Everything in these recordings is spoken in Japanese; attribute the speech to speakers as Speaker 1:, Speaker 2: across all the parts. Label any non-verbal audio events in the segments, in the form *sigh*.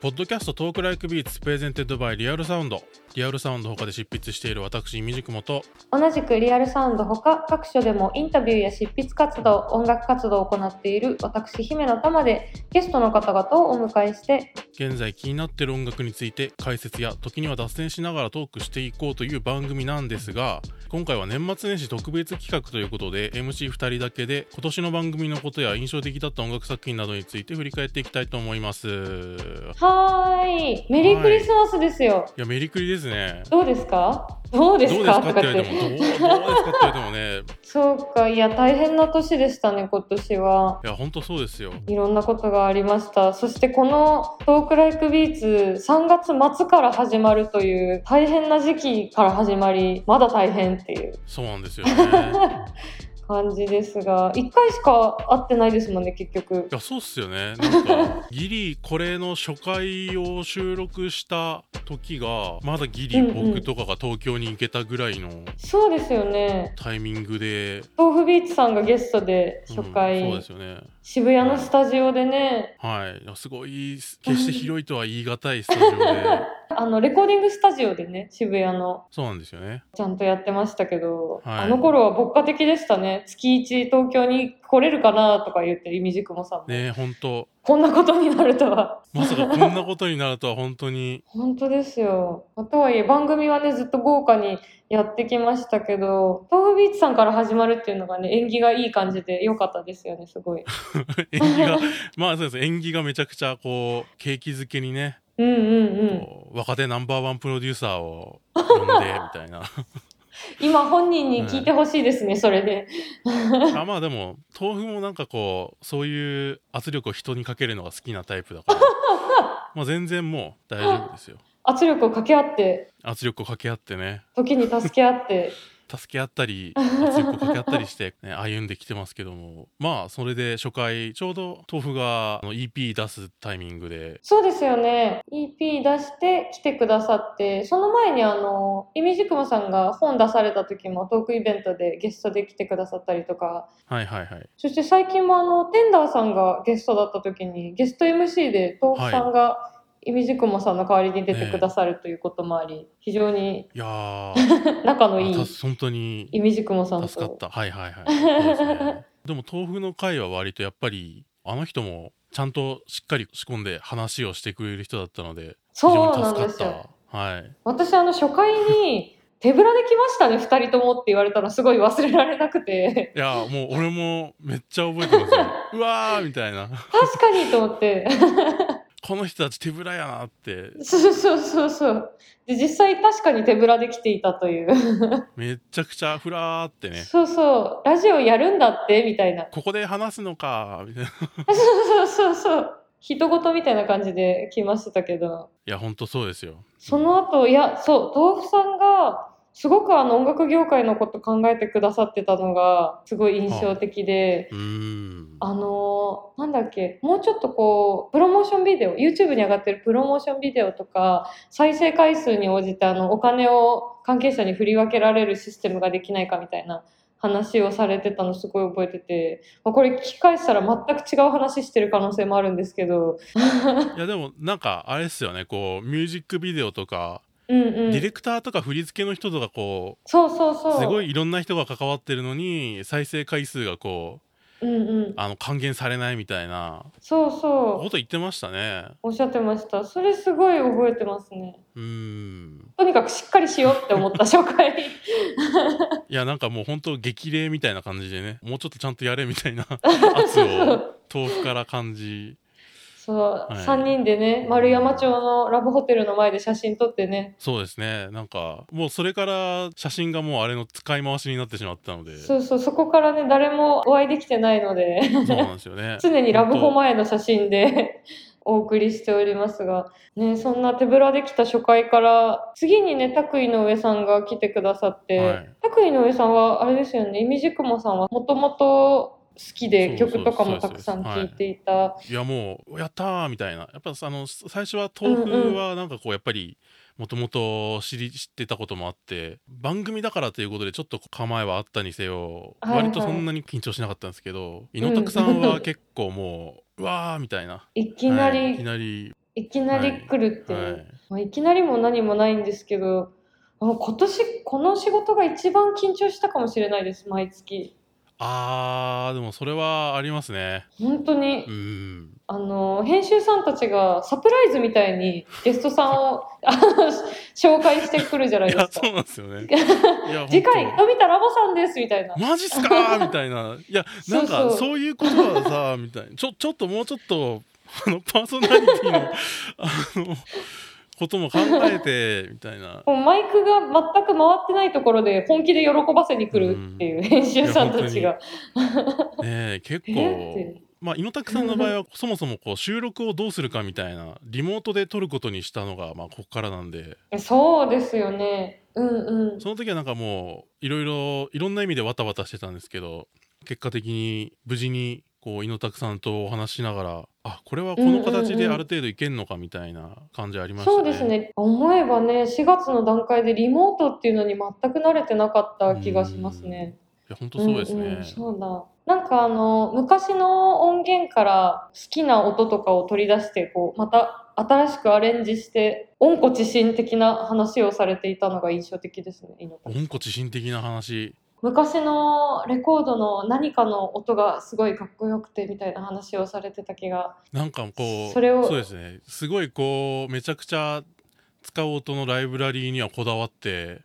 Speaker 1: ポッドキャストトークライクビーツプレゼンテッドバイリアルサウンドリアルサウンド他で執筆している私イミジクモと
Speaker 2: 同じくリアルサウンドほか各所でもインタビューや執筆活動音楽活動を行っている私姫野玉でゲストの方々をお迎えして
Speaker 1: 現在気になってる音楽について解説や時には脱線しながらトークしていこうという番組なんですが今回は年末年始特別企画ということで MC2 人だけで今年の番組のことや印象的だった音楽作品などについて振り返っていきたいと思いますい
Speaker 2: はーいメリークリスマスですよ、
Speaker 1: やメリクリですね
Speaker 2: どうですかど
Speaker 1: ど
Speaker 2: うで
Speaker 1: う
Speaker 2: す
Speaker 1: です
Speaker 2: か
Speaker 1: か
Speaker 2: と
Speaker 1: っ
Speaker 2: か
Speaker 1: て
Speaker 2: っ
Speaker 1: 言われても
Speaker 2: て
Speaker 1: どうどうですかって言われてもね
Speaker 2: そうかいや大変な年でしたね今年はい
Speaker 1: や本当そうですよ
Speaker 2: いろんなことがありましたそしてこの「トークライクビーツ」3月末から始まるという大変な時期から始まりまだ大変っていう
Speaker 1: そうなんですよね
Speaker 2: 感じですが1回しか会ってないですもんね結局
Speaker 1: いやそうっすよねなんかギリこれの初回を収録した時がまだギリ
Speaker 2: うんうん
Speaker 1: 僕とかが東京に行けたぐらいの
Speaker 2: そうですよね
Speaker 1: タイミングで、
Speaker 2: 豆腐ビーツさんがゲストで
Speaker 1: うん
Speaker 2: 初回、
Speaker 1: そうですよね
Speaker 2: 渋谷のスタジオでね
Speaker 1: はいいやすごい決して広いとは言い難いスタ
Speaker 2: *laughs*
Speaker 1: ジオで
Speaker 2: あのレコーディングスタジオでね渋谷の
Speaker 1: そうなんですよね
Speaker 2: ちゃんとやってましたけど、
Speaker 1: はい
Speaker 2: あの頃は牧歌的でしたね月1東京に来れるかなとか言ってるイミジクモさんも、
Speaker 1: ね本当
Speaker 2: こんなことになるとは。
Speaker 1: まさかこんなことになるとは本当
Speaker 2: *laughs*
Speaker 1: に
Speaker 2: 本当ですよ。まあとはいえ番組はねずっと豪華にやってきましたけど豆腐ビーツさんから始まるっていうのがね縁起がいい感じで良かったですよねすごい。
Speaker 1: 演技がまあそうです演技がめちゃくちゃこう景気づけにね、
Speaker 2: うんうんうん。
Speaker 1: こう若手ナンバーワンプロデューサーを呼んでみたいな
Speaker 2: 今本人に聞いてほしいですね、それで。
Speaker 1: あまあでも豆腐もなんかこうそういう圧力を人にかけるのが好きなタイプだ
Speaker 2: *laughs*
Speaker 1: からまあ全然もう大丈夫ですよ
Speaker 2: 圧力を掛け合って
Speaker 1: 圧力をかけ合ってね
Speaker 2: 時に助け合って。
Speaker 1: 助け合ったり圧力をかけ合ったりして、ね、歩んできてますけどもまあそれで初回ちょうど豆腐があの EP 出すタイミングで
Speaker 2: そうですよね EP 出して来てくださってその前にあのイミジクマさんが本出された時もトークイベントでゲストで来てくださったりとか
Speaker 1: はいはいはい
Speaker 2: そして最近もあのテンダーさんがゲストだった時にゲスト MC で豆腐さんがイミジクモさんの代わりに出てくださるということもあり、非常に
Speaker 1: いやー
Speaker 2: 仲 *laughs* のい
Speaker 1: あ
Speaker 2: い
Speaker 1: た本当に
Speaker 2: イミジクモさん
Speaker 1: 助かった
Speaker 2: と
Speaker 1: はいはいはいそうですねでも豆腐の会は割とやっぱりあの人もちゃんとしっかり仕込んで話をしてくれる人だったので非
Speaker 2: そうな
Speaker 1: 常
Speaker 2: ん
Speaker 1: に助
Speaker 2: で
Speaker 1: かっ
Speaker 2: すよ
Speaker 1: たはい
Speaker 2: 私あの初回に「手ぶらで来ましたね2人とも」って言われたのすごい忘れられなくて
Speaker 1: いやもう俺もめっちゃ覚えてますようわーみたいな
Speaker 2: 確かにと思って
Speaker 1: この人たち手ぶらやなって
Speaker 2: そうそうそうそうで実際確かに手ぶらで来ていたという、
Speaker 1: めちゃくちゃふらーってね
Speaker 2: そうそうラジオやるんだってみたいな
Speaker 1: ここで話すのかみたいない
Speaker 2: そうそうそうそう人事みたいな感じで来ましたけど
Speaker 1: やほんとそうですよ
Speaker 2: その後いやそう豆腐さんがすごくあの音楽業界のこと考えてくださってたのがすごい印象的で、
Speaker 1: うーん
Speaker 2: あのーなんだっけもうちょっとこうプロモーションビデオ YouTube に上がってるプロモーションビデオとか再生回数に応じてあのお金を関係者に振り分けられるシステムができないかみたいな話をされてたのすごい覚えてて、まあこれ聞き返したら全く違う話してる可能性もあるんですけど、
Speaker 1: いやでもなんかあれっすよねこうミュージックビデオとか、
Speaker 2: うんう
Speaker 1: ディレ
Speaker 2: ん、
Speaker 1: クターとか振り付けの人とかこう
Speaker 2: そうそうそう
Speaker 1: すごいいろんな人が関わってるのに再生回数がこう
Speaker 2: うんうん、
Speaker 1: あの還元されないみたいな
Speaker 2: そうそう
Speaker 1: こと言ってましたね
Speaker 2: おっしゃってました。それすごい覚えてますね。
Speaker 1: うーん
Speaker 2: とにかくしっかりしようって思った初回。
Speaker 1: いやなんかもう本当激励みたいな感じでねもうちょっとちゃんとやれみた
Speaker 2: *laughs*
Speaker 1: いな圧を豆腐から感じ
Speaker 2: そう、
Speaker 1: はい
Speaker 2: 3人でね、丸山町のラブホテルの前で写真撮ってね。
Speaker 1: そうですねなんかもうそれから写真がもうあれの使い回しになってしまったのでそ
Speaker 2: そうそう、そこからね、誰もお会いできてない
Speaker 1: *laughs*
Speaker 2: ので、
Speaker 1: うなんですよね
Speaker 2: 常にラブホ前の写真で *laughs* お送りしておりますが、ね、そんな手ぶらで来た初回から、次にね、拓井の上さんが来てくださって、
Speaker 1: はい
Speaker 2: 拓井の上さんはあれですよね、イミジクモさんはもともと好きで
Speaker 1: そうそう
Speaker 2: 曲とかもたくさん
Speaker 1: そうです
Speaker 2: 聴いていた。
Speaker 1: いやもうやったーみたいなやっぱさあの最初は豆腐はなんかこうやっぱりもともと知り知ってたこともあって番組だからということでちょっと構えはあったにせよ
Speaker 2: はいはい
Speaker 1: 割とそんなに緊張しなかったんですけど猪拓さんは結構もううわーみたいな
Speaker 2: はいきな
Speaker 1: はいい
Speaker 2: り
Speaker 1: きなり
Speaker 2: いきなり来るっていう、
Speaker 1: はい
Speaker 2: まあいきなりも何もないんですけどあ今年この仕事が一番緊張したかもしれないです毎月
Speaker 1: あーでもそれはありますね
Speaker 2: 本当に、
Speaker 1: うん
Speaker 2: あの編集さんたちがサプライズみたいにゲストさんをあの紹介してくるじゃない
Speaker 1: い
Speaker 2: です
Speaker 1: や
Speaker 2: か
Speaker 1: そうなんですよ
Speaker 2: *laughs*
Speaker 1: ねいや
Speaker 2: 次回
Speaker 1: 本当
Speaker 2: のび太ラボさんですみたいな
Speaker 1: マジっす
Speaker 2: *laughs*
Speaker 1: かみたいな。いや、
Speaker 2: そ
Speaker 1: な
Speaker 2: う
Speaker 1: んか
Speaker 2: そう
Speaker 1: そういうことはさ、みたいな。ちょ、ちょっともうちょっと、あの、パーソナリティの、 *laughs* あの、ことも考えて、みたいな。
Speaker 2: もうマイクが全く回ってないところで本気で喜ばせに来るっていう編集さんたちが。
Speaker 1: ねえ、結構。
Speaker 2: えって
Speaker 1: まあ、猪拓さんの場合は、そもそもこう収録をどうするかみたいな、リモートで撮ることにしたのが、まあ、ここからなんで、
Speaker 2: そうですよね。うんうん。
Speaker 1: その時はなんかもう、いろいろ、いろんな意味でわたわたしてたんですけど、結果的に無事に、こう、猪拓さんとお話ししながら、あ、これはこの形である程度いけんのかみたいな感じありましたね。
Speaker 2: そうですね。思えばね、4月の段階でリモートっていうのに全く慣れてなかった気がしますね。
Speaker 1: いや本当そうですね。
Speaker 2: んんそうだ。なんかあの、昔の音源から好きな音とかを取り出して、こう、また新しくアレンジして、温故知新的な話をされていたのが印象的ですね、猪田さん
Speaker 1: 温故知新的な話。
Speaker 2: 昔のレコードの何かの音がすごいかっこよくてみたいな話をされてた気が
Speaker 1: なんかこう、
Speaker 2: それを
Speaker 1: うですね。すごいこう、めちゃくちゃ使う音のライブラリーにはこだわって、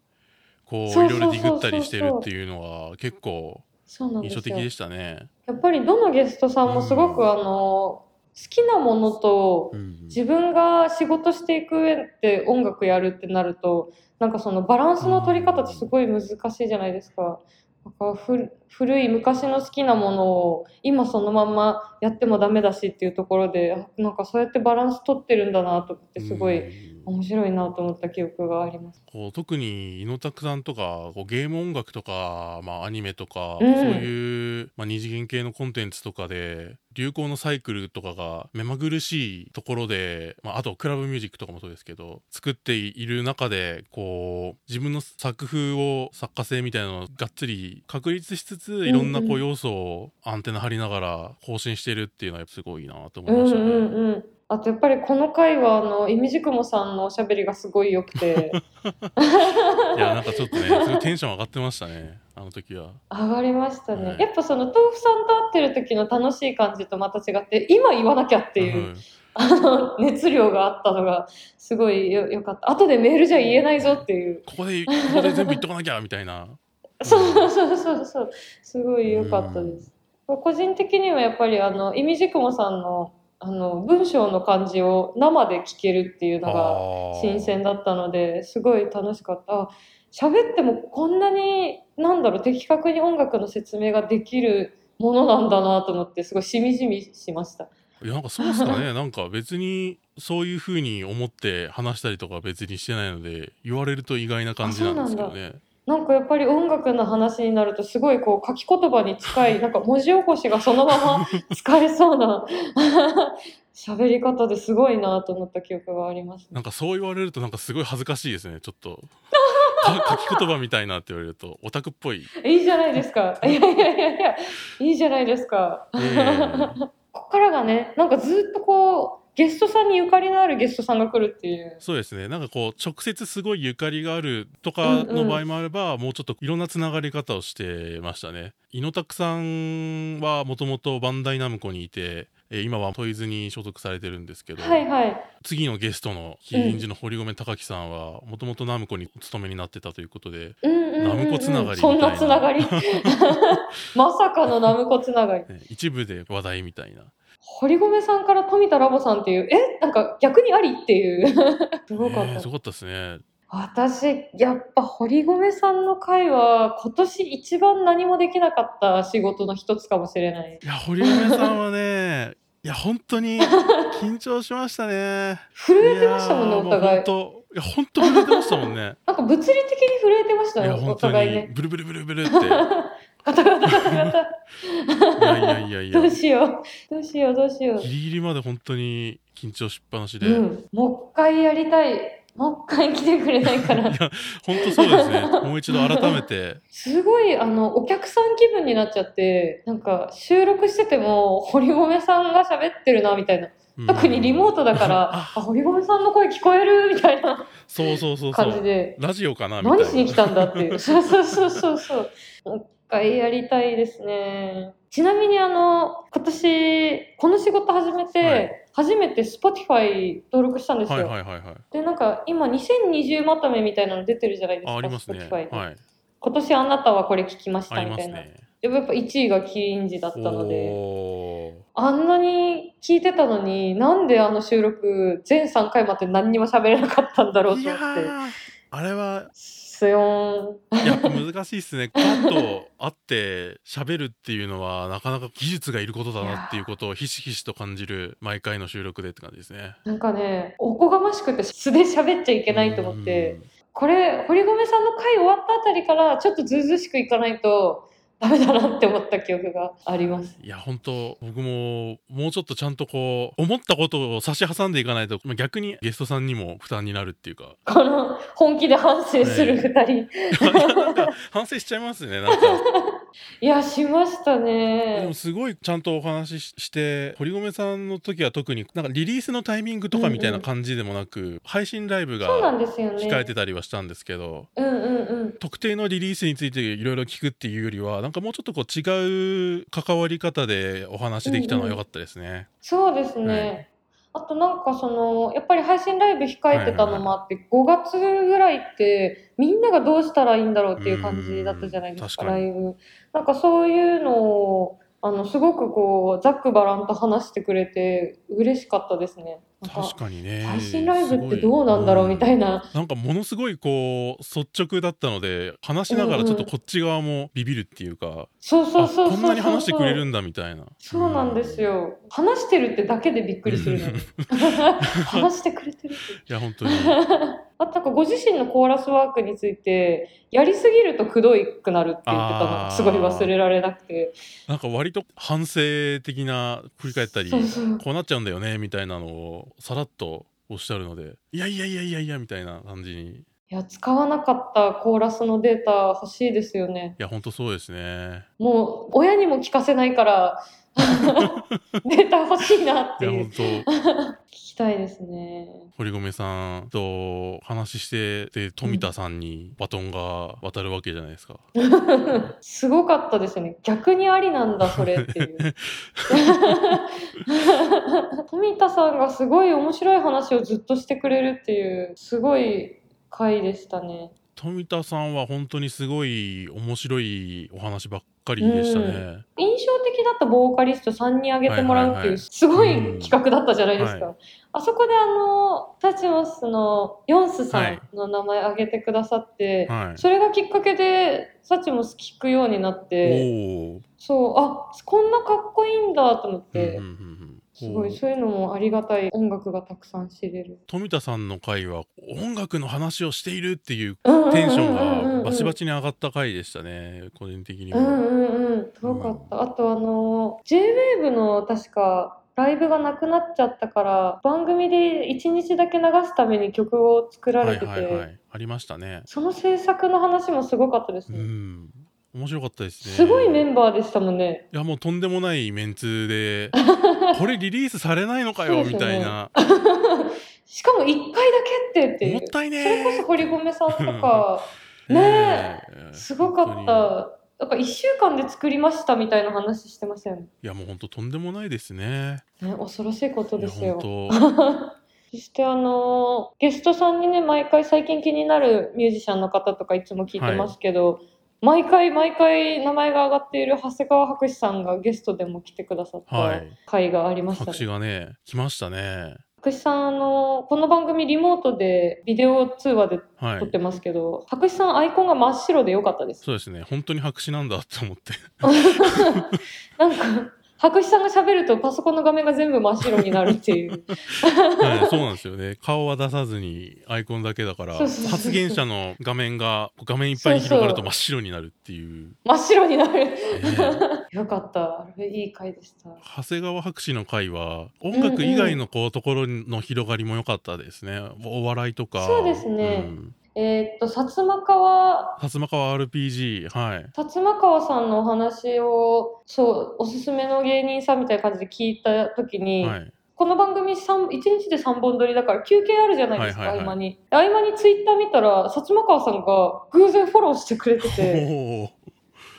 Speaker 1: こう、い
Speaker 2: そ
Speaker 1: ろい
Speaker 2: うそうそう
Speaker 1: ろディグったりしてるっていうのは結構
Speaker 2: そうなんで
Speaker 1: 印
Speaker 2: す
Speaker 1: 象
Speaker 2: よ
Speaker 1: 的でしたね。
Speaker 2: やっぱりどのゲストさんもすごく、
Speaker 1: うん
Speaker 2: あの好きなものと
Speaker 1: うん
Speaker 2: 自分が仕事していく上で音楽やるってなるとなんかそのバランスの取り方ってすごい難しいじゃないですか。なんかふ古い昔の好きなものを今そのまんまやってもダメだしっていうところであなんかそうやってバランス取ってるんだなと思ってすごい
Speaker 1: うん
Speaker 2: 面白いなと思った記憶があります。
Speaker 1: こう特に猪拓さんとかこうゲーム音楽とか、まあ、アニメとか、
Speaker 2: うん
Speaker 1: そういう、まあ、二次元系のコンテンツとかで流行のサイクルとかが目まぐるしいところで、まあ、あとクラブミュージックとかもそうですけど作っている中でこう自分の作風を作家性みたいなのをがっつり確立しつついろんなこ
Speaker 2: うんう
Speaker 1: うん要素をアンテナ張りながら更新してるっていうのはすごいなと思い
Speaker 2: うん
Speaker 1: ま
Speaker 2: う
Speaker 1: したね。
Speaker 2: んうん。あとやっぱりこの回はあのイミジクモさんのおしゃべりがすごい良くて
Speaker 1: いやなんかちょっとねすごいテンション上がってましたねあの時は。
Speaker 2: 上がりましたね。
Speaker 1: はい
Speaker 2: やっぱその豆腐さんと会ってる時の楽しい感じとまた違って今言わなきゃっていう、
Speaker 1: ん
Speaker 2: *laughs* あの熱量があったのがすごいよ良かった。後でメールじゃ言えないぞっていう。
Speaker 1: ここで、ここで全部言っとかなきゃ、みたいな。
Speaker 2: *laughs* そうそうそうそう。すごい良かったです。個人的にはやっぱりあのイミジクモさんのあの文章の感じを生で聞けるっていうのが。新鮮だったのですごい楽しかったあ喋ってもこんなになんだろう的確に音楽の説明ができるものなんだなと思ってすごいしみじみしました
Speaker 1: いや、なんかそうですかね。 *laughs* なんか別に、そういうふうに思って話したりとか別にしてないので、言われると意外な感じなんですけどね。
Speaker 2: なんかやっぱり音楽の話になるとすごいこう書き言葉に近いなんか文字起こしがそのまま使えそうな *laughs* 喋り方ですごいなと思った記憶がありますね
Speaker 1: なんかそう言われると、なんかすごい恥ずかしいですね、ちょっと。か *laughs* 書き言葉みたいなって言われると、オタクっぽ
Speaker 2: *laughs*
Speaker 1: い。
Speaker 2: いいじゃないですかいやいやいやいやいいじゃないですか
Speaker 1: ええ
Speaker 2: ここからがね、なんかずっとこう、ゲストさんにゆかりのあるゲストさんが来るっていう。
Speaker 1: そうですね。なんかこう、直接すごいゆかりがあるとかの場合もあれば、もうちょっといろんなつながり方をしてましたね。猪拓さんはもともとバンダイナムコにいて、えー今はトイズに所属されてるんですけど、
Speaker 2: はいはい。
Speaker 1: 次のゲストのヒリンジの堀米貴樹さんはもともとナムコにお勤めになってたということで、
Speaker 2: うんうんうんうん、
Speaker 1: ナムコつながりみたいな
Speaker 2: そんなつな
Speaker 1: *laughs*
Speaker 2: がり。まさかのナムコつながり。
Speaker 1: ね一部で話題みたいな
Speaker 2: 堀米さんから富田ラボさんっていう、えなんか逆にありっていう。すごかっ
Speaker 1: えー
Speaker 2: た
Speaker 1: す。ごかったですね
Speaker 2: 私、やっぱ堀米さんの回は、今年一番何もできなかった仕事の一つかもしれない。
Speaker 1: いや堀米さんはねいや本当に緊張しましたね
Speaker 2: 震えてましたもんね、
Speaker 1: いやー
Speaker 2: お互い。
Speaker 1: う本当いや本当震えてましたもんね
Speaker 2: なんか物理的に震えてまし
Speaker 1: い
Speaker 2: たね、
Speaker 1: や
Speaker 2: お
Speaker 1: 本当
Speaker 2: 互い
Speaker 1: に
Speaker 2: ね。
Speaker 1: ブルブルブルブルっていや
Speaker 2: ガタガタガタガタ。
Speaker 1: いやいやい
Speaker 2: *laughs* どう
Speaker 1: や
Speaker 2: しよう、どうしよう、どうしよう
Speaker 1: ギ。リギリまで本当に緊張しっぱなしで、
Speaker 2: うん、もう一回やりたい。もう一回来てくれないか
Speaker 1: い
Speaker 2: ら。
Speaker 1: や本当そうですねもう一度改めて
Speaker 2: すごい、あの、お客さん気分になっちゃって、なんか収録してても、堀米さんが喋ってるな、みたいな。
Speaker 1: うん
Speaker 2: 特にリモート
Speaker 1: *laughs*
Speaker 2: だから、あ、堀米さんの声聞こえるみたいな
Speaker 1: そうそうそうそ
Speaker 2: 感じ
Speaker 1: う
Speaker 2: で、
Speaker 1: ラジオかなみたいな
Speaker 2: 何しに来たんだっていう。
Speaker 1: *laughs*
Speaker 2: そうそうそうそうそう。もう一回やりたいですね。ちなみにあの、今年、この仕事始めて、
Speaker 1: はい
Speaker 2: 初めて Spotify 登録したんですよ。
Speaker 1: はいはいはいはい
Speaker 2: で、なんか今2020まとめみたいなの出てるじゃないですか。
Speaker 1: あありますね
Speaker 2: Spotify で
Speaker 1: はい
Speaker 2: 今年あなたはこれ聞きまし
Speaker 1: あ
Speaker 2: た
Speaker 1: り
Speaker 2: み
Speaker 1: ま
Speaker 2: た
Speaker 1: す
Speaker 2: いな。
Speaker 1: ね
Speaker 2: でもやっぱ1位が金時だったので、
Speaker 1: おー
Speaker 2: あんなに聞いてたのに、なんであの収録全3回まで何にも喋れなかったんだろう
Speaker 1: い
Speaker 2: と
Speaker 1: や
Speaker 2: 思って。
Speaker 1: ーあれは
Speaker 2: すよん。
Speaker 1: いや難しいっすねパッと会って喋るっていうのはなかなか技術がいることだなっていうことをひしひしと感じる毎回の収録でって感じですね。
Speaker 2: なんかね、おこがましくて素で喋っちゃい
Speaker 1: い
Speaker 2: けないと思って、これ、堀米さんの回終わったあたりから、ちょっとずうずうしくいかないと、ダメだなって思った記憶があります。
Speaker 1: いや本当僕ももうちょっとちゃんとこう思ったことを差し挟んでいかないとまあ逆にゲストさんにも負担になるっていうか *laughs*
Speaker 2: この、本気で反省する二人。
Speaker 1: なんか反省しちゃいますねなんか
Speaker 2: いや、しました
Speaker 1: でも
Speaker 2: ね。
Speaker 1: すごいちゃんとお話しして堀米さんの時は特になんかリリースのタイミングとかみたいな感じでもなく、配信ライブ
Speaker 2: そう
Speaker 1: が
Speaker 2: なんですよね。
Speaker 1: 控えてたりはしたんですけど、
Speaker 2: うんうんうん。
Speaker 1: 特定のリリースについていろいろ聞くっていうよりはなんかもうちょっとこう違う関わり方でお話できたのは良かったですね。
Speaker 2: そうですね。あとなんかその、やっぱり配信ライブ控えてたのもあって、5月ぐらいって、みんながどうしたらいいんだろうっていう感じだったじゃないです
Speaker 1: う
Speaker 2: か、
Speaker 1: ん確
Speaker 2: ラ
Speaker 1: か
Speaker 2: イブ。なんかそういうのを、あの、すごくこう、ざっくばらんと話してくれて、嬉しかったですね。なんか
Speaker 1: 確かにね
Speaker 2: 配信ライブってどうなんだろうみた
Speaker 1: ない
Speaker 2: な。
Speaker 1: なんかものすごいこう率直だったので話しながらちょっとこっち側もビビるっていうか、
Speaker 2: そうそうそうそう
Speaker 1: あ
Speaker 2: そ
Speaker 1: こ
Speaker 2: う。
Speaker 1: んなに話してくれるんだみたいな
Speaker 2: そうなんですよ。話してるってだけでびっくりするの。 *laughs* 話してくれてるっ
Speaker 1: い
Speaker 2: て。
Speaker 1: や本当に
Speaker 2: あとなんかご自身のコーラスワークについてやりすぎるとくどいくなるって言ってたの
Speaker 1: あ
Speaker 2: が
Speaker 1: ー
Speaker 2: すごい忘れられなくて
Speaker 1: なんか割と反省的な振り返ったり
Speaker 2: そうそう
Speaker 1: こうなっちゃうんだよねみたいなのをさらっとおっしゃるのでいやいやいやいやいやみたいな感じにい
Speaker 2: いや使わなかったコーラスのデータ欲しいですよね
Speaker 1: や本当そうですね
Speaker 2: もう親にも聞かせないから
Speaker 1: *laughs*
Speaker 2: データ欲しいなっ
Speaker 1: い
Speaker 2: て
Speaker 1: や
Speaker 2: いう
Speaker 1: 本
Speaker 2: 聞
Speaker 1: 当
Speaker 2: きたいですね
Speaker 1: 堀米さんと話してで富田さんにバトンが渡るわけじゃないですか、
Speaker 2: *laughs* すごかったですね逆にありなん
Speaker 1: *laughs*
Speaker 2: だそれっていう *laughs* 富田さんがすごい面白い話をずっとしてくれるっていうすごい回でしたね
Speaker 1: 富田さんは本当にすごい面白いお話ばっかりでしたね。
Speaker 2: 印象的だったボーカリスト3人挙げてもらうっ
Speaker 1: はい
Speaker 2: て
Speaker 1: はいは
Speaker 2: い
Speaker 1: いう
Speaker 2: すご
Speaker 1: う
Speaker 2: い
Speaker 1: ん
Speaker 2: 企画だったじゃないですか、
Speaker 1: は
Speaker 2: あそこであのタチモスのヨンスさんの名前挙げてくださって、
Speaker 1: はい。
Speaker 2: それがきっかけでサチモス聞くようになって
Speaker 1: おお。
Speaker 2: そうあこんなかっこいいんだと思っ
Speaker 1: うんうん
Speaker 2: て、
Speaker 1: うん
Speaker 2: すご
Speaker 1: お
Speaker 2: い
Speaker 1: ー
Speaker 2: そういうのもありがたい音楽がたくさん知れる、
Speaker 1: 富田さんの回は音楽の話をしているっていう
Speaker 2: うんうんうんうんうん
Speaker 1: テンションがバチバチに上がった回でしたね個人的に
Speaker 2: うん
Speaker 1: も。
Speaker 2: うんうん、すごかった。あとあの、JWAVE の確か、ライブがなくなっちゃったから、番組で1日だけ流すために曲を作ら
Speaker 1: は
Speaker 2: れ
Speaker 1: い
Speaker 2: てて、
Speaker 1: はいはい。ありましたね。
Speaker 2: その制作の話もすごかったです
Speaker 1: う
Speaker 2: ね。
Speaker 1: ん。面白かったですね。
Speaker 2: すごいメンバーでしたもんね。
Speaker 1: *laughs* いやもうとんでもないメンツ
Speaker 2: *laughs*
Speaker 1: でこれリリースされないのか
Speaker 2: そ
Speaker 1: よ
Speaker 2: うです
Speaker 1: み
Speaker 2: よね
Speaker 1: たいな
Speaker 2: しかも1回だけってってい
Speaker 1: も
Speaker 2: う
Speaker 1: っ。たい
Speaker 2: それこ
Speaker 1: ね
Speaker 2: そ堀米さん
Speaker 1: *laughs*
Speaker 2: とか、ね
Speaker 1: え
Speaker 2: すごか
Speaker 1: 本
Speaker 2: っ
Speaker 1: 当に
Speaker 2: た。なんか1週間で作りましたみたいな話してましたよね。
Speaker 1: いやもう本当とんでもないですね。
Speaker 2: ね、恐ろしいことです
Speaker 1: いや
Speaker 2: よ。
Speaker 1: 本
Speaker 2: *laughs* そしてあのーゲストさんにね毎回最近気になるミュージシャンの方とかいつも聞いてますけど、毎回毎回名前が上がっている長谷川博士さんがゲストでも来てくださっ *laughs*
Speaker 1: は
Speaker 2: た
Speaker 1: い
Speaker 2: 回がありま
Speaker 1: 当
Speaker 2: し
Speaker 1: 白紙
Speaker 2: たね。
Speaker 1: がね来ましたね。
Speaker 2: 博士さんあのーこの番組リモートでビデオ通話で
Speaker 1: は
Speaker 2: 撮っ
Speaker 1: い。
Speaker 2: てますけど、博士さんアイコンが真っ白で良かっ
Speaker 1: *laughs*
Speaker 2: たです。
Speaker 1: そうですね本当に白紙なんだと思って。 *laughs*
Speaker 2: なんか博士さんが喋るとパソコンの画面が全部真っ白になるっていう。
Speaker 1: はいそうなんですよね顔は出さずにアイコンだけだから
Speaker 2: そうそうそう
Speaker 1: 発言者の画面が画面いっぱいに広がると真っ白になるっていう。
Speaker 2: 真っ白になる。
Speaker 1: ね
Speaker 2: よかった。あれいい回でした。
Speaker 1: 長谷川博士の回は音楽以外のこうところの広がりも良かったですね。お笑いとか。
Speaker 2: そうですね
Speaker 1: ん
Speaker 2: えーっと、薩摩川
Speaker 1: 薩摩川 RPG はい。
Speaker 2: 辰馬川さんのお話をそうおすすめの芸人さんみたいな感じで聞いた時に、
Speaker 1: はい。
Speaker 2: この番組三1日で3本撮りだから休憩あるじゃないですか、
Speaker 1: はいはいはい
Speaker 2: 合間に合間にツイッター見たら薩摩川さんが偶然フォローしてくれ
Speaker 1: お
Speaker 2: て
Speaker 1: *laughs*
Speaker 2: て
Speaker 1: ー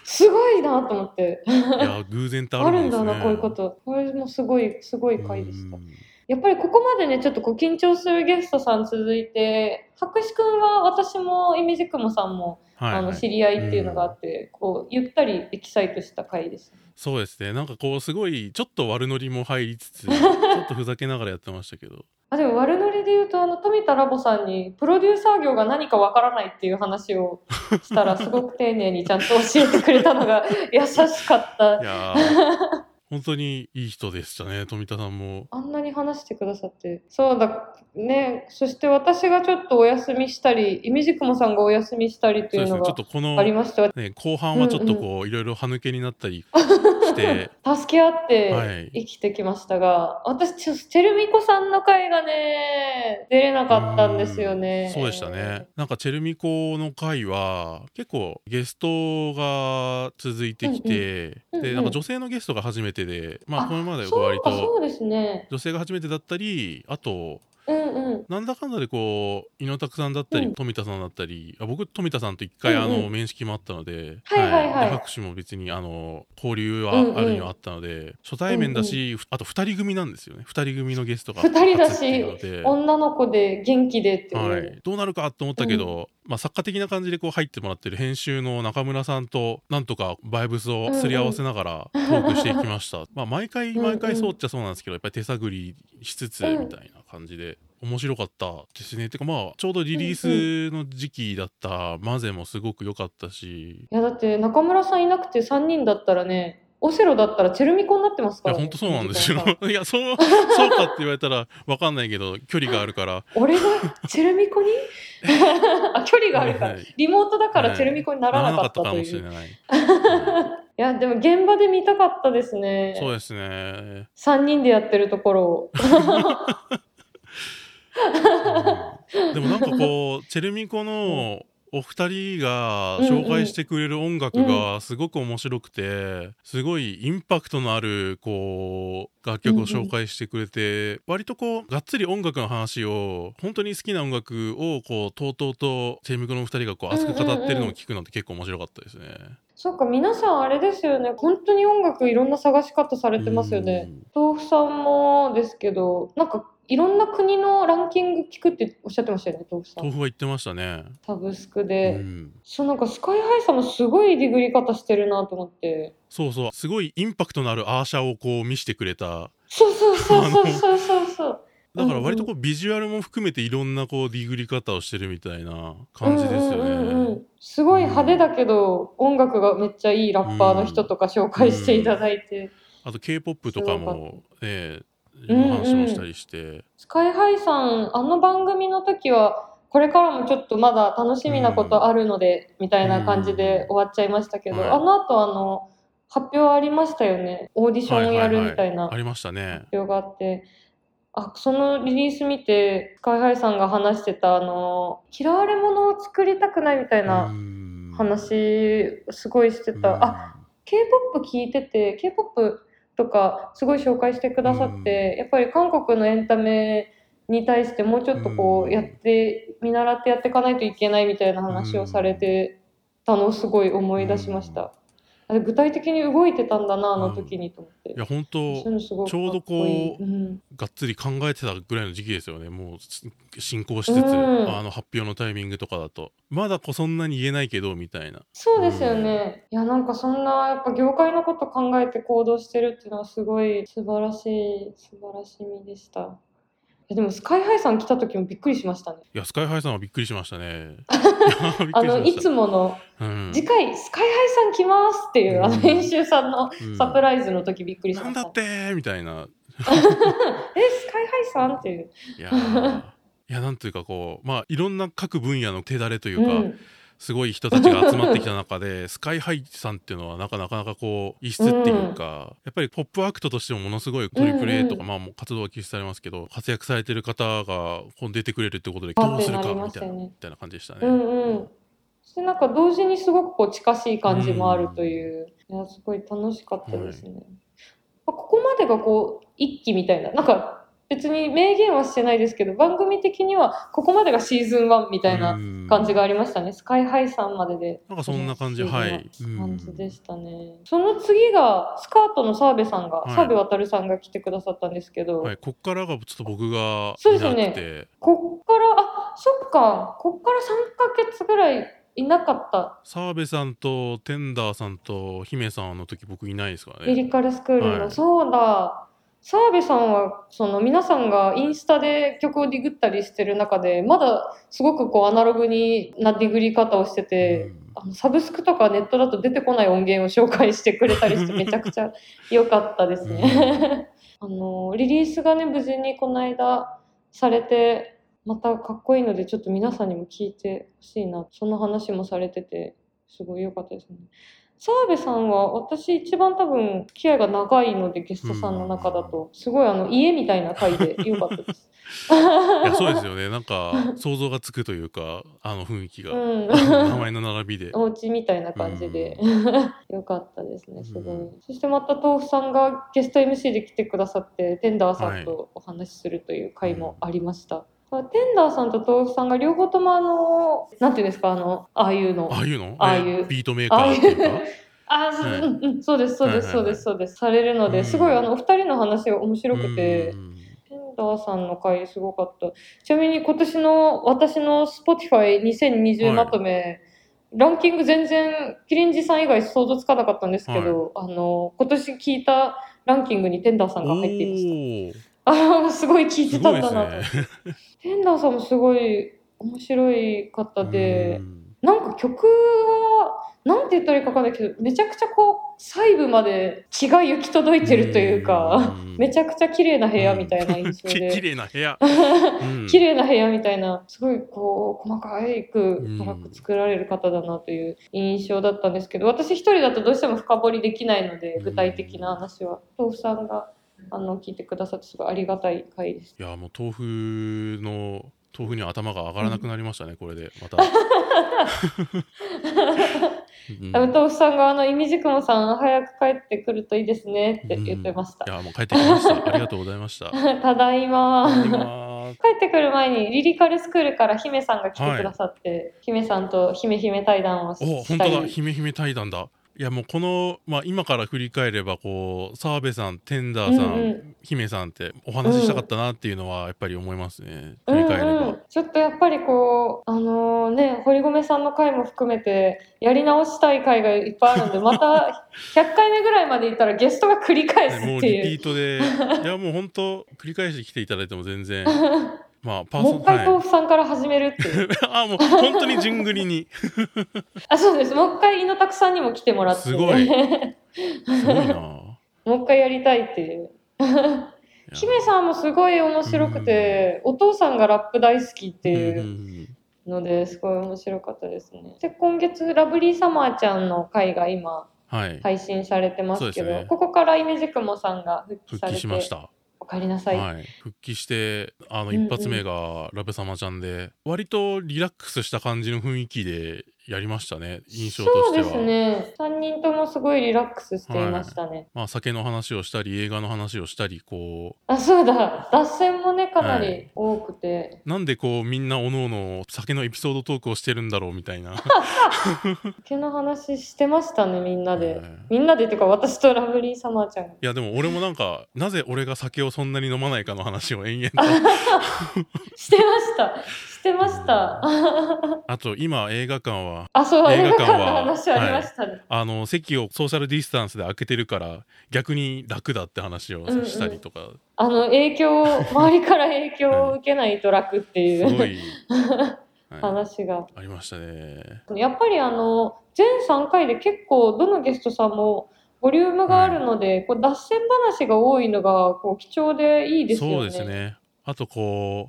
Speaker 2: すごいなと思って
Speaker 1: いや偶然ってあ
Speaker 2: あ
Speaker 1: る
Speaker 2: る
Speaker 1: もん
Speaker 2: ん
Speaker 1: です
Speaker 2: だ
Speaker 1: ね
Speaker 2: なこういうことこれもすごいすごい回でした
Speaker 1: うん
Speaker 2: やっぱりここまでねちょっとこう緊張するゲストさん続いて博士くんは私もイミジクモさんも
Speaker 1: はい、
Speaker 2: あ
Speaker 1: は
Speaker 2: の
Speaker 1: い
Speaker 2: 知り合いっていうのがあって、こうゆったりエキサイトした回です。
Speaker 1: そうですねなんかこうすごいちょっと悪ノリも入りつ
Speaker 2: *laughs*
Speaker 1: つちょっとふざけながらやってましたけど
Speaker 2: あでも悪ノリで言うとあの富田ラボさんにプロデューサー業が何かわからないっていう話をしたらすごく丁寧にちゃんと教えてくれた
Speaker 1: *laughs*
Speaker 2: のが優しかっ
Speaker 1: い
Speaker 2: た。
Speaker 1: やー
Speaker 2: *laughs*
Speaker 1: 本当にいい人でしたね富田さんも
Speaker 2: あんなに話してくださってそうだねそして私がちょっとお休みしたりイミジクモさんがお休みしたりって
Speaker 1: そうで
Speaker 2: いう
Speaker 1: すね
Speaker 2: の
Speaker 1: ちょっ
Speaker 2: が
Speaker 1: とこの
Speaker 2: ありました、
Speaker 1: ね、後半はちょっとこういろいろ歯抜けになったり
Speaker 2: *laughs*
Speaker 1: して、
Speaker 2: 助け合っ
Speaker 1: はい
Speaker 2: て生きてきましたが、私ちょっとテルミコさんの回がね出れなかったんですよね
Speaker 1: そうでしたねなんかチェルミコの回は結構ゲストが続いてきて、
Speaker 2: うんうんうんうん
Speaker 1: でなんか女性のゲストが初めてでまあ
Speaker 2: あ
Speaker 1: これまでは
Speaker 2: そ
Speaker 1: 割
Speaker 2: うか
Speaker 1: と
Speaker 2: そうですね
Speaker 1: 女性が初めてだったりあと
Speaker 2: うんうん
Speaker 1: なんだかんだでこう猪拓さんだったり、
Speaker 2: うん
Speaker 1: 富田さんだったりあ僕富田さんと一回、
Speaker 2: うんうん
Speaker 1: あの面識もあったので,、
Speaker 2: はいはいはい
Speaker 1: で拍手も別にあの交流は
Speaker 2: うんうん
Speaker 1: あるにはあったので、初対面だし、ふあと2人組なんですよね2人組のゲストが
Speaker 2: 二人だし
Speaker 1: 初っていうので
Speaker 2: 女の子で元気でっていう、
Speaker 1: はい、どうなるかと思ったけど、まあ、作家的な感じでこう入ってもらってる編集の中村さんとなんとかバイブスをすり合わせながらトークしていきました、 *laughs* まあ毎回毎回そうっちゃそうなんですけどやっぱり手探りしつつ
Speaker 2: う
Speaker 1: み
Speaker 2: ん
Speaker 1: たいな感じで。面白かったですね。てかまあちょうどリリースの時期だったマゼもすごく良かったし、
Speaker 2: いやだって中村さんいなくて3人だったらねオセロだったらチェルミコになってます
Speaker 1: い
Speaker 2: か
Speaker 1: や
Speaker 2: らね、
Speaker 1: 本当そうなんです
Speaker 2: 藤田さ
Speaker 1: よ。 *laughs* いやそうそうかって言われたらわかんないけど距離がある
Speaker 2: *laughs*
Speaker 1: から
Speaker 2: 俺
Speaker 1: *laughs*
Speaker 2: がチェルミコに *laughs* あ距離があるから、
Speaker 1: はいはい
Speaker 2: リモートだか
Speaker 1: は
Speaker 2: ら
Speaker 1: い
Speaker 2: チェルミコにならなかった
Speaker 1: ならなかったかも
Speaker 2: とい
Speaker 1: しれ
Speaker 2: う、
Speaker 1: ない。
Speaker 2: いやでも現場で見たかったですね
Speaker 1: そうですね。
Speaker 2: 3人でやってるところを。
Speaker 1: うんでもなんかこうチェルミコのお二人が紹介してくれる音楽がすごく面白くてすごいインパクトのあるこう楽曲を紹介してくれて割とこうがっつり音楽の話を本当に好きな音楽をこうとうとうとチェルミコのお二人がこう熱く語ってるのを聞くのって結構面白かったですね。
Speaker 2: そっか皆さんあれですよね本当に音楽いろんな探し方されてますよね。豆腐さんもですけどなんかいろんな国のランキング聞くっておっしゃってましたよね豆腐さ
Speaker 1: 豆
Speaker 2: ん
Speaker 1: 腐は言ってましたね。
Speaker 2: サブスク
Speaker 1: う
Speaker 2: で、
Speaker 1: ん
Speaker 2: そうなんかスカイハイさんもすごいディグリ方してるなと思って
Speaker 1: そうそうすごいインパクトのあるアーシャをこう見せてくれた
Speaker 2: そうそうそうそうそうそうそう
Speaker 1: だから割とこうビジュアルも含めていろんなこうディグり方をしてるみたいな感じですよ
Speaker 2: うんうんうんう
Speaker 1: ね。
Speaker 2: んすごい派手だけど、音楽がめっちゃいいラッパーの人とか紹介していただいて、
Speaker 1: あと K-POP とか
Speaker 2: すご
Speaker 1: も、ええ
Speaker 2: うんうん
Speaker 1: 話もしたりして、
Speaker 2: スカイハイさん、あの番組の時は、これからもちょっとまだ楽しみなことあるので、みたいな感じで終わっちゃいましたけど、
Speaker 1: はい
Speaker 2: あの後あの、発表ありましたよね。オーディションをやるみたいな
Speaker 1: あ
Speaker 2: 発
Speaker 1: りましたね。
Speaker 2: 表があって。あ、そのリリース見て、スカイハイさんが話してた、あの、嫌われ者を作りたくないみたいな
Speaker 1: うん
Speaker 2: 話、すごいしてた。あ、、K-POP 聞いてて K-POP とかすごい紹介してくださって、やっぱり韓国のエンタメに対してもうちょっとこ
Speaker 1: う
Speaker 2: うんやって、見習ってやっていかないといけないみたいな話をされてたのをすごい思い出しました、あれ具体的に動いてたんだなあの時にと思って、
Speaker 1: うんいや本
Speaker 2: そういう
Speaker 1: 当
Speaker 2: のすごくかっいい
Speaker 1: ちょうどこう
Speaker 2: うん
Speaker 1: がっつり考えてたぐらいの時期ですよねもう進行しつつ、
Speaker 2: うん
Speaker 1: あの発表のタイミングとかだとまだこうそんなに言えないけどみたいな
Speaker 2: そうですよね、いやなんかそんなやっぱ業界のこと考えて行動してるっていうのはすごい素晴らしい素晴らしみでしたいやでもスカイハイさん来た時もびっくりしましたね
Speaker 1: いやスカイハイさんはびっくりしました
Speaker 2: *laughs*
Speaker 1: ね。
Speaker 2: あのいつ
Speaker 1: も、
Speaker 2: もの
Speaker 1: うん
Speaker 2: 「次回スカイハイさん来ます」っていう、
Speaker 1: うん
Speaker 2: あの編集さんの
Speaker 1: うん
Speaker 2: サプライズの時びっくりし
Speaker 1: な
Speaker 2: ま
Speaker 1: ん
Speaker 2: し
Speaker 1: だ
Speaker 2: た、
Speaker 1: ってーみたいな
Speaker 2: *laughs* えスカイハイさんっていう、
Speaker 1: いや
Speaker 2: *laughs*
Speaker 1: ーいやなんというかこうまあいろんな各分野の手だれという
Speaker 2: う
Speaker 1: か、
Speaker 2: ん、
Speaker 1: すごい人たちが集まってきた中でスカイハイさんっていうのはなかなかなかこう異質っていうか、やっぱりポップアクトとしてもものすごいトリプル A とか、
Speaker 2: うんうん
Speaker 1: まあもう活動は休止されますけど活躍されてる方がこう出てくれるってことで
Speaker 2: あ
Speaker 1: どうする
Speaker 2: って
Speaker 1: か
Speaker 2: なりま
Speaker 1: み
Speaker 2: し
Speaker 1: い
Speaker 2: たた
Speaker 1: な
Speaker 2: よね
Speaker 1: みたいな感じでしたね。
Speaker 2: うんうんそしてなんか同時にすごくこう近しい感じもあるという、いやすごい楽しかったですね、まあここまでがこう一期みたいななんか別に明言はしてないですけど番組的にはここまでがシーズン1みたいな感じがありましたね、スカイハイさんまでで
Speaker 1: なんかそんな感じはい
Speaker 2: シーズン1感じでしたね、その次がスカートの澤部さんが、
Speaker 1: はい
Speaker 2: 澤部渉さんが来てくださったんですけど、
Speaker 1: はい、こっからがちょっと僕が
Speaker 2: そうで
Speaker 1: い
Speaker 2: すよ
Speaker 1: な
Speaker 2: ね
Speaker 1: くて
Speaker 2: こっからあそっかこっから3ヶ月ぐらいいなかった、
Speaker 1: 澤部さんとテンダーさんと姫さんの時僕いないですから
Speaker 2: リ
Speaker 1: ね
Speaker 2: リカルスクールの、
Speaker 1: はい
Speaker 2: そうだ澤部さんはその皆さんがインスタで曲をディグったりしてる中でまだすごくこうアナログになディグり方をしてて、
Speaker 1: うん
Speaker 2: あのサブスクとかネットだと出てこない音源を紹介してくれたり
Speaker 1: *laughs*
Speaker 2: してめちゃくちゃ良かったですね。 *laughs* あのリリースがね無事にこの間されてまたかっこいいのでちょっと皆さんにも聞いてほしいなその話もされててすごい良かったですね。澤部さんは私一番多分付き合いが長いのでゲストさんの中だとすごいあの家みたいな回で良かったです。
Speaker 1: *laughs* いやそうですよねなんか想像がつくというかあの雰囲気が、
Speaker 2: うん
Speaker 1: 名前の並びで
Speaker 2: お家みたいな感じで、 *laughs* よかったですねすごい、
Speaker 1: うん
Speaker 2: そしてまた豆腐さんがゲスト MC で来てくださってテンダーさんとお話しするという回もありました、テンダーさんと豆腐さんが両方ともあのなんていうんですかあのああいうの
Speaker 1: ああいうの
Speaker 2: ああいう
Speaker 1: ねビートメーカーっていう
Speaker 2: あ
Speaker 1: か
Speaker 2: あああ、
Speaker 1: はい
Speaker 2: うんうんそうですそうです
Speaker 1: はいは
Speaker 2: そう
Speaker 1: いはい
Speaker 2: ですそうです、されるので、
Speaker 1: うん
Speaker 2: すごいあのお二人の話が面白くて、
Speaker 1: うん
Speaker 2: テンダーさんの回すごかった。ちなみに今年の私の Spotify2020 まとめ、ランキング全然キリンジさん以外想像つかなかったんですけど、あの今年聞いたランキングにテンダーさんが入っていました。
Speaker 1: おー
Speaker 2: ああすごい聞い
Speaker 1: す
Speaker 2: てた
Speaker 1: ごいで
Speaker 2: んだ
Speaker 1: す
Speaker 2: なと。
Speaker 1: ね
Speaker 2: テンダーさんもすごい面白い方で。
Speaker 1: うん
Speaker 2: なんか曲は、なんて言ったらいいかわかんないけど、めちゃくちゃこう、細部まで気が行き届いてるというか、
Speaker 1: うん
Speaker 2: めちゃくちゃ綺麗な部屋みたいな印
Speaker 1: *laughs*
Speaker 2: 象
Speaker 1: き綺
Speaker 2: で、
Speaker 1: 麗な部
Speaker 2: *laughs*
Speaker 1: 屋、うん
Speaker 2: 綺麗な部屋みたいな、すごいこう、細かくトラック作られる方だなという印象だったんですけど、私一人だとどうしても深掘りできないので
Speaker 1: う、ん
Speaker 2: 具体的な話は、豆腐さんが、あの、聞いてくださって、すごいありがたい回でした。
Speaker 1: いやもう豆腐の豆腐には頭が上がらなくなりましたね、これで
Speaker 2: *laughs*
Speaker 1: また。うん
Speaker 2: あの豆腐さんが、あの、いみじくもさん、早く帰ってくるといいですねって言ってました
Speaker 1: い。やもう帰ってきました。ありがとうございま
Speaker 2: *laughs*
Speaker 1: した。
Speaker 2: ただいま。
Speaker 1: 今
Speaker 2: 帰ってくる前にリリカルスクールから姫さんが来てくださって、姫さんと姫姫対談をし
Speaker 1: お
Speaker 2: し
Speaker 1: 本
Speaker 2: た
Speaker 1: 当だ
Speaker 2: り。
Speaker 1: 姫姫対談だ。いやもうこの、まあ、今から振り返ればこう澤部さんテンダーさん、
Speaker 2: うんう
Speaker 1: 姫さんってお話ししたかったなっていうのはやっぱり思いますね、
Speaker 2: う
Speaker 1: 振
Speaker 2: ん
Speaker 1: り返れば、
Speaker 2: うん、ちょっとやっぱりこうあのね堀米さんの回も含めてやり直したい回がいっぱいあるんでま *laughs* た100回目ぐらいまでいったらゲストが繰り返
Speaker 1: ねも
Speaker 2: す
Speaker 1: うリ
Speaker 2: って
Speaker 1: ピ
Speaker 2: い
Speaker 1: ー
Speaker 2: う
Speaker 1: トでいやもう本当繰り返して来ていただいても全
Speaker 2: *laughs*
Speaker 1: 然まあパーソ
Speaker 2: もう一回
Speaker 1: は
Speaker 2: 豆腐さんから始めるっていう
Speaker 1: い *laughs* あもう本当に順繰り
Speaker 2: *laughs*
Speaker 1: に
Speaker 2: あそうですもう一回井の拓さんにも来てもらって
Speaker 1: すごいすごいな。
Speaker 2: *laughs* もう一回やりたいっていう
Speaker 1: いや
Speaker 2: 姫さんもすごい面白くて、お父さんがラップ大好きっていううん
Speaker 1: うん
Speaker 2: のですごい面白かったですね。で今月ラブリーサマーちゃんの回が今
Speaker 1: うんはい、
Speaker 2: 配信されてますけ
Speaker 1: そう
Speaker 2: ど
Speaker 1: ですね
Speaker 2: ここからイメジクモさんが復帰
Speaker 1: 復
Speaker 2: され
Speaker 1: 帰
Speaker 2: て
Speaker 1: しました。
Speaker 2: おかえりなさ、
Speaker 1: はいい、復帰してあの
Speaker 2: うんうん
Speaker 1: 一発目がラブ様ちゃんで、割とリラックスした感じの雰囲気でやりましたね。印象とし
Speaker 2: そう
Speaker 1: て
Speaker 2: で
Speaker 1: は。
Speaker 2: すね3人ともすごいリラックスしていましたね、
Speaker 1: まあ酒の話をしたり映画の話をしたりこ
Speaker 2: あそうだ脱線もねかな
Speaker 1: は
Speaker 2: り
Speaker 1: い
Speaker 2: 多くて、
Speaker 1: うなんでこうみんなおのおの酒のエピソードトークをしてるんだろうみたいな。
Speaker 2: 酒の話してましたねみんなで、
Speaker 1: はい
Speaker 2: みんなでっていうか私とラブリーサマーちゃんが
Speaker 1: いやでも俺もなんかなぜ俺が酒をそんなに飲まないかの話を延々
Speaker 2: *laughs*
Speaker 1: と
Speaker 2: してましたしてました
Speaker 1: あと今映画館は
Speaker 2: あそう映
Speaker 1: 映
Speaker 2: 画
Speaker 1: 画
Speaker 2: 館
Speaker 1: 館は
Speaker 2: の話ありましたね、
Speaker 1: あの席をソーシャルディスタンスで開けてるから逆に楽だって話をしたりとか、
Speaker 2: あの影響を周りから影響を受けないと楽ってい
Speaker 1: すご
Speaker 2: う
Speaker 1: い、
Speaker 2: *laughs*
Speaker 1: はい、
Speaker 2: 話が
Speaker 1: ありましたね。
Speaker 2: やっぱりあの全3回で結構どのゲストさんもボリュームがあるので、こう脱線話が多いのがこう貴重でいいですよね。
Speaker 1: そうですねあとこ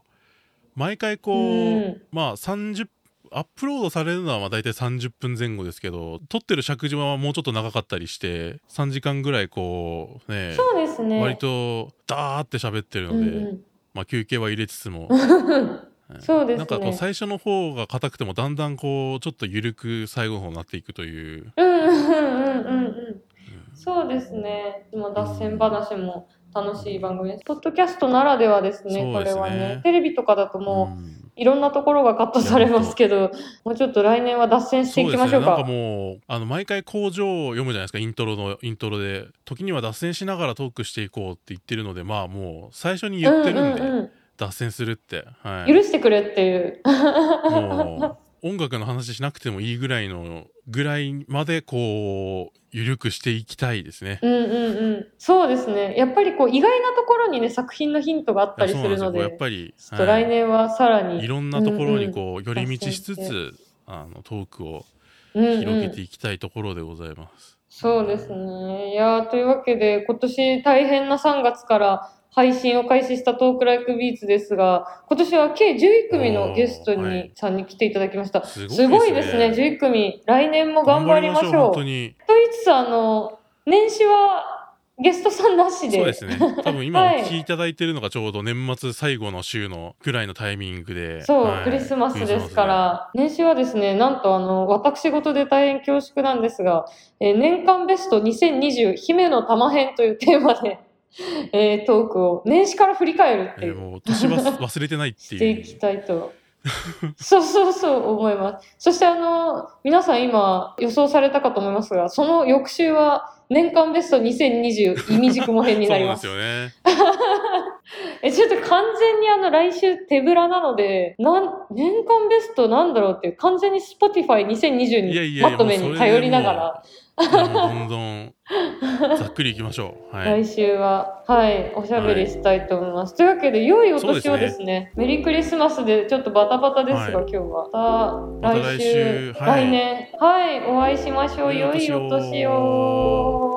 Speaker 1: う毎回こう、
Speaker 2: うん
Speaker 1: まあ30アップロードされるのはまあ大体30分前後ですけど撮ってる尺島はもうちょっと長かったりして3時間ぐらいこうね
Speaker 2: そうですね
Speaker 1: 割とダーって喋ってるので、
Speaker 2: うん
Speaker 1: まあ、休憩は入れつつ
Speaker 2: *laughs*
Speaker 1: も。
Speaker 2: うん、
Speaker 1: はい
Speaker 2: そうですね
Speaker 1: なんかこう最初の方が硬くてもだんだんこうちょっと緩く最後の方になっていくという、
Speaker 2: うんうんうんうんうんそうですね。まあ脱線話も楽しい番組です。ポッドキャストならではですね、
Speaker 1: そう
Speaker 2: こ
Speaker 1: で
Speaker 2: れ
Speaker 1: すね
Speaker 2: はね。テレビとかだともう、
Speaker 1: うん
Speaker 2: いろんなところがカットされますけど、もうちょっと来年は脱線して
Speaker 1: そ
Speaker 2: いうき
Speaker 1: です
Speaker 2: ま
Speaker 1: ね
Speaker 2: しょう
Speaker 1: なん
Speaker 2: か。
Speaker 1: かもうあの毎回工場を読むじゃないですかイントロのイントロで時には脱線しながらトークしていこうって言ってるのでまあもう最初に言ってるんで、
Speaker 2: うんうんうん
Speaker 1: 脱線するって、はい、
Speaker 2: 許してくれっていう。
Speaker 1: もう音楽の話しなくてもいいぐらいのぐらいまでこう緩くしていきたいですね。
Speaker 2: *laughs* うんうんうん。そうですね。やっぱりこう意外なところにね、作品のヒントがあっ
Speaker 1: い
Speaker 2: た
Speaker 1: や
Speaker 2: り
Speaker 1: そ
Speaker 2: す
Speaker 1: うなん
Speaker 2: る
Speaker 1: ですよ
Speaker 2: の
Speaker 1: こうやっ
Speaker 2: で、
Speaker 1: ぱり
Speaker 2: ちょっと来年はさら
Speaker 1: はい、い
Speaker 2: に、
Speaker 1: ろんなところにこう寄り道しつつあのトークを
Speaker 2: うんうん
Speaker 1: 広げていきたいところでございます。
Speaker 2: そうですね。いやーというわけで、今年大変な3月から配信を開始したトークライクビーツですが、今年は計11組のゲストに、
Speaker 1: おーはい
Speaker 2: さんに来ていただきました。
Speaker 1: す
Speaker 2: すごいですね、11組。来年も頑張りましょう。
Speaker 1: 本当に
Speaker 2: と言いつつ、あの、年始はゲストさんなしで。
Speaker 1: そうですね。多分今お
Speaker 2: はい
Speaker 1: 聞きいただいてるのがちょうど年末最後の週のくらいのタイミングで、
Speaker 2: そう
Speaker 1: はい
Speaker 2: クリスマスですから、年始はですね、なんとあの、私事で大変恐縮なんですが、えー年間ベスト2020姫の玉編というテーマで、 *laughs* えートークを年始から振り返るってい
Speaker 1: えー
Speaker 2: う、
Speaker 1: もう年は忘れてないって
Speaker 2: *laughs* して
Speaker 1: い。
Speaker 2: いうきたいと。そうそうそう思います。そしてあの、皆さん今予想されたかと思いますが、その翌週は年間ベスト2020意味軸も編に
Speaker 1: そ
Speaker 2: な
Speaker 1: う
Speaker 2: り
Speaker 1: で
Speaker 2: ます
Speaker 1: す。よね。
Speaker 2: え、ちょっと完全にあの来週手ぶらなので、なん、年間ベストなんだろうっていう、完全に Spotify2020
Speaker 1: いやい
Speaker 2: に
Speaker 1: やいや
Speaker 2: まとめに頼りながら、
Speaker 1: いやもうどんどんざっくりいきましょう。はい。
Speaker 2: 来週は、はい、おしゃべりしたいと思います。というわけで、良いお
Speaker 1: そうで
Speaker 2: 年
Speaker 1: す
Speaker 2: を
Speaker 1: ね
Speaker 2: ですね、メリークリスマスでちょっとバタバタですが、
Speaker 1: は
Speaker 2: 今日は。ま
Speaker 1: ま
Speaker 2: た
Speaker 1: た
Speaker 2: 来
Speaker 1: 来
Speaker 2: 週、
Speaker 1: 週
Speaker 2: 来
Speaker 1: はい
Speaker 2: 年、はい、お会いしましょう。
Speaker 1: 良いお
Speaker 2: 良
Speaker 1: 年
Speaker 2: い
Speaker 1: を
Speaker 2: お年を。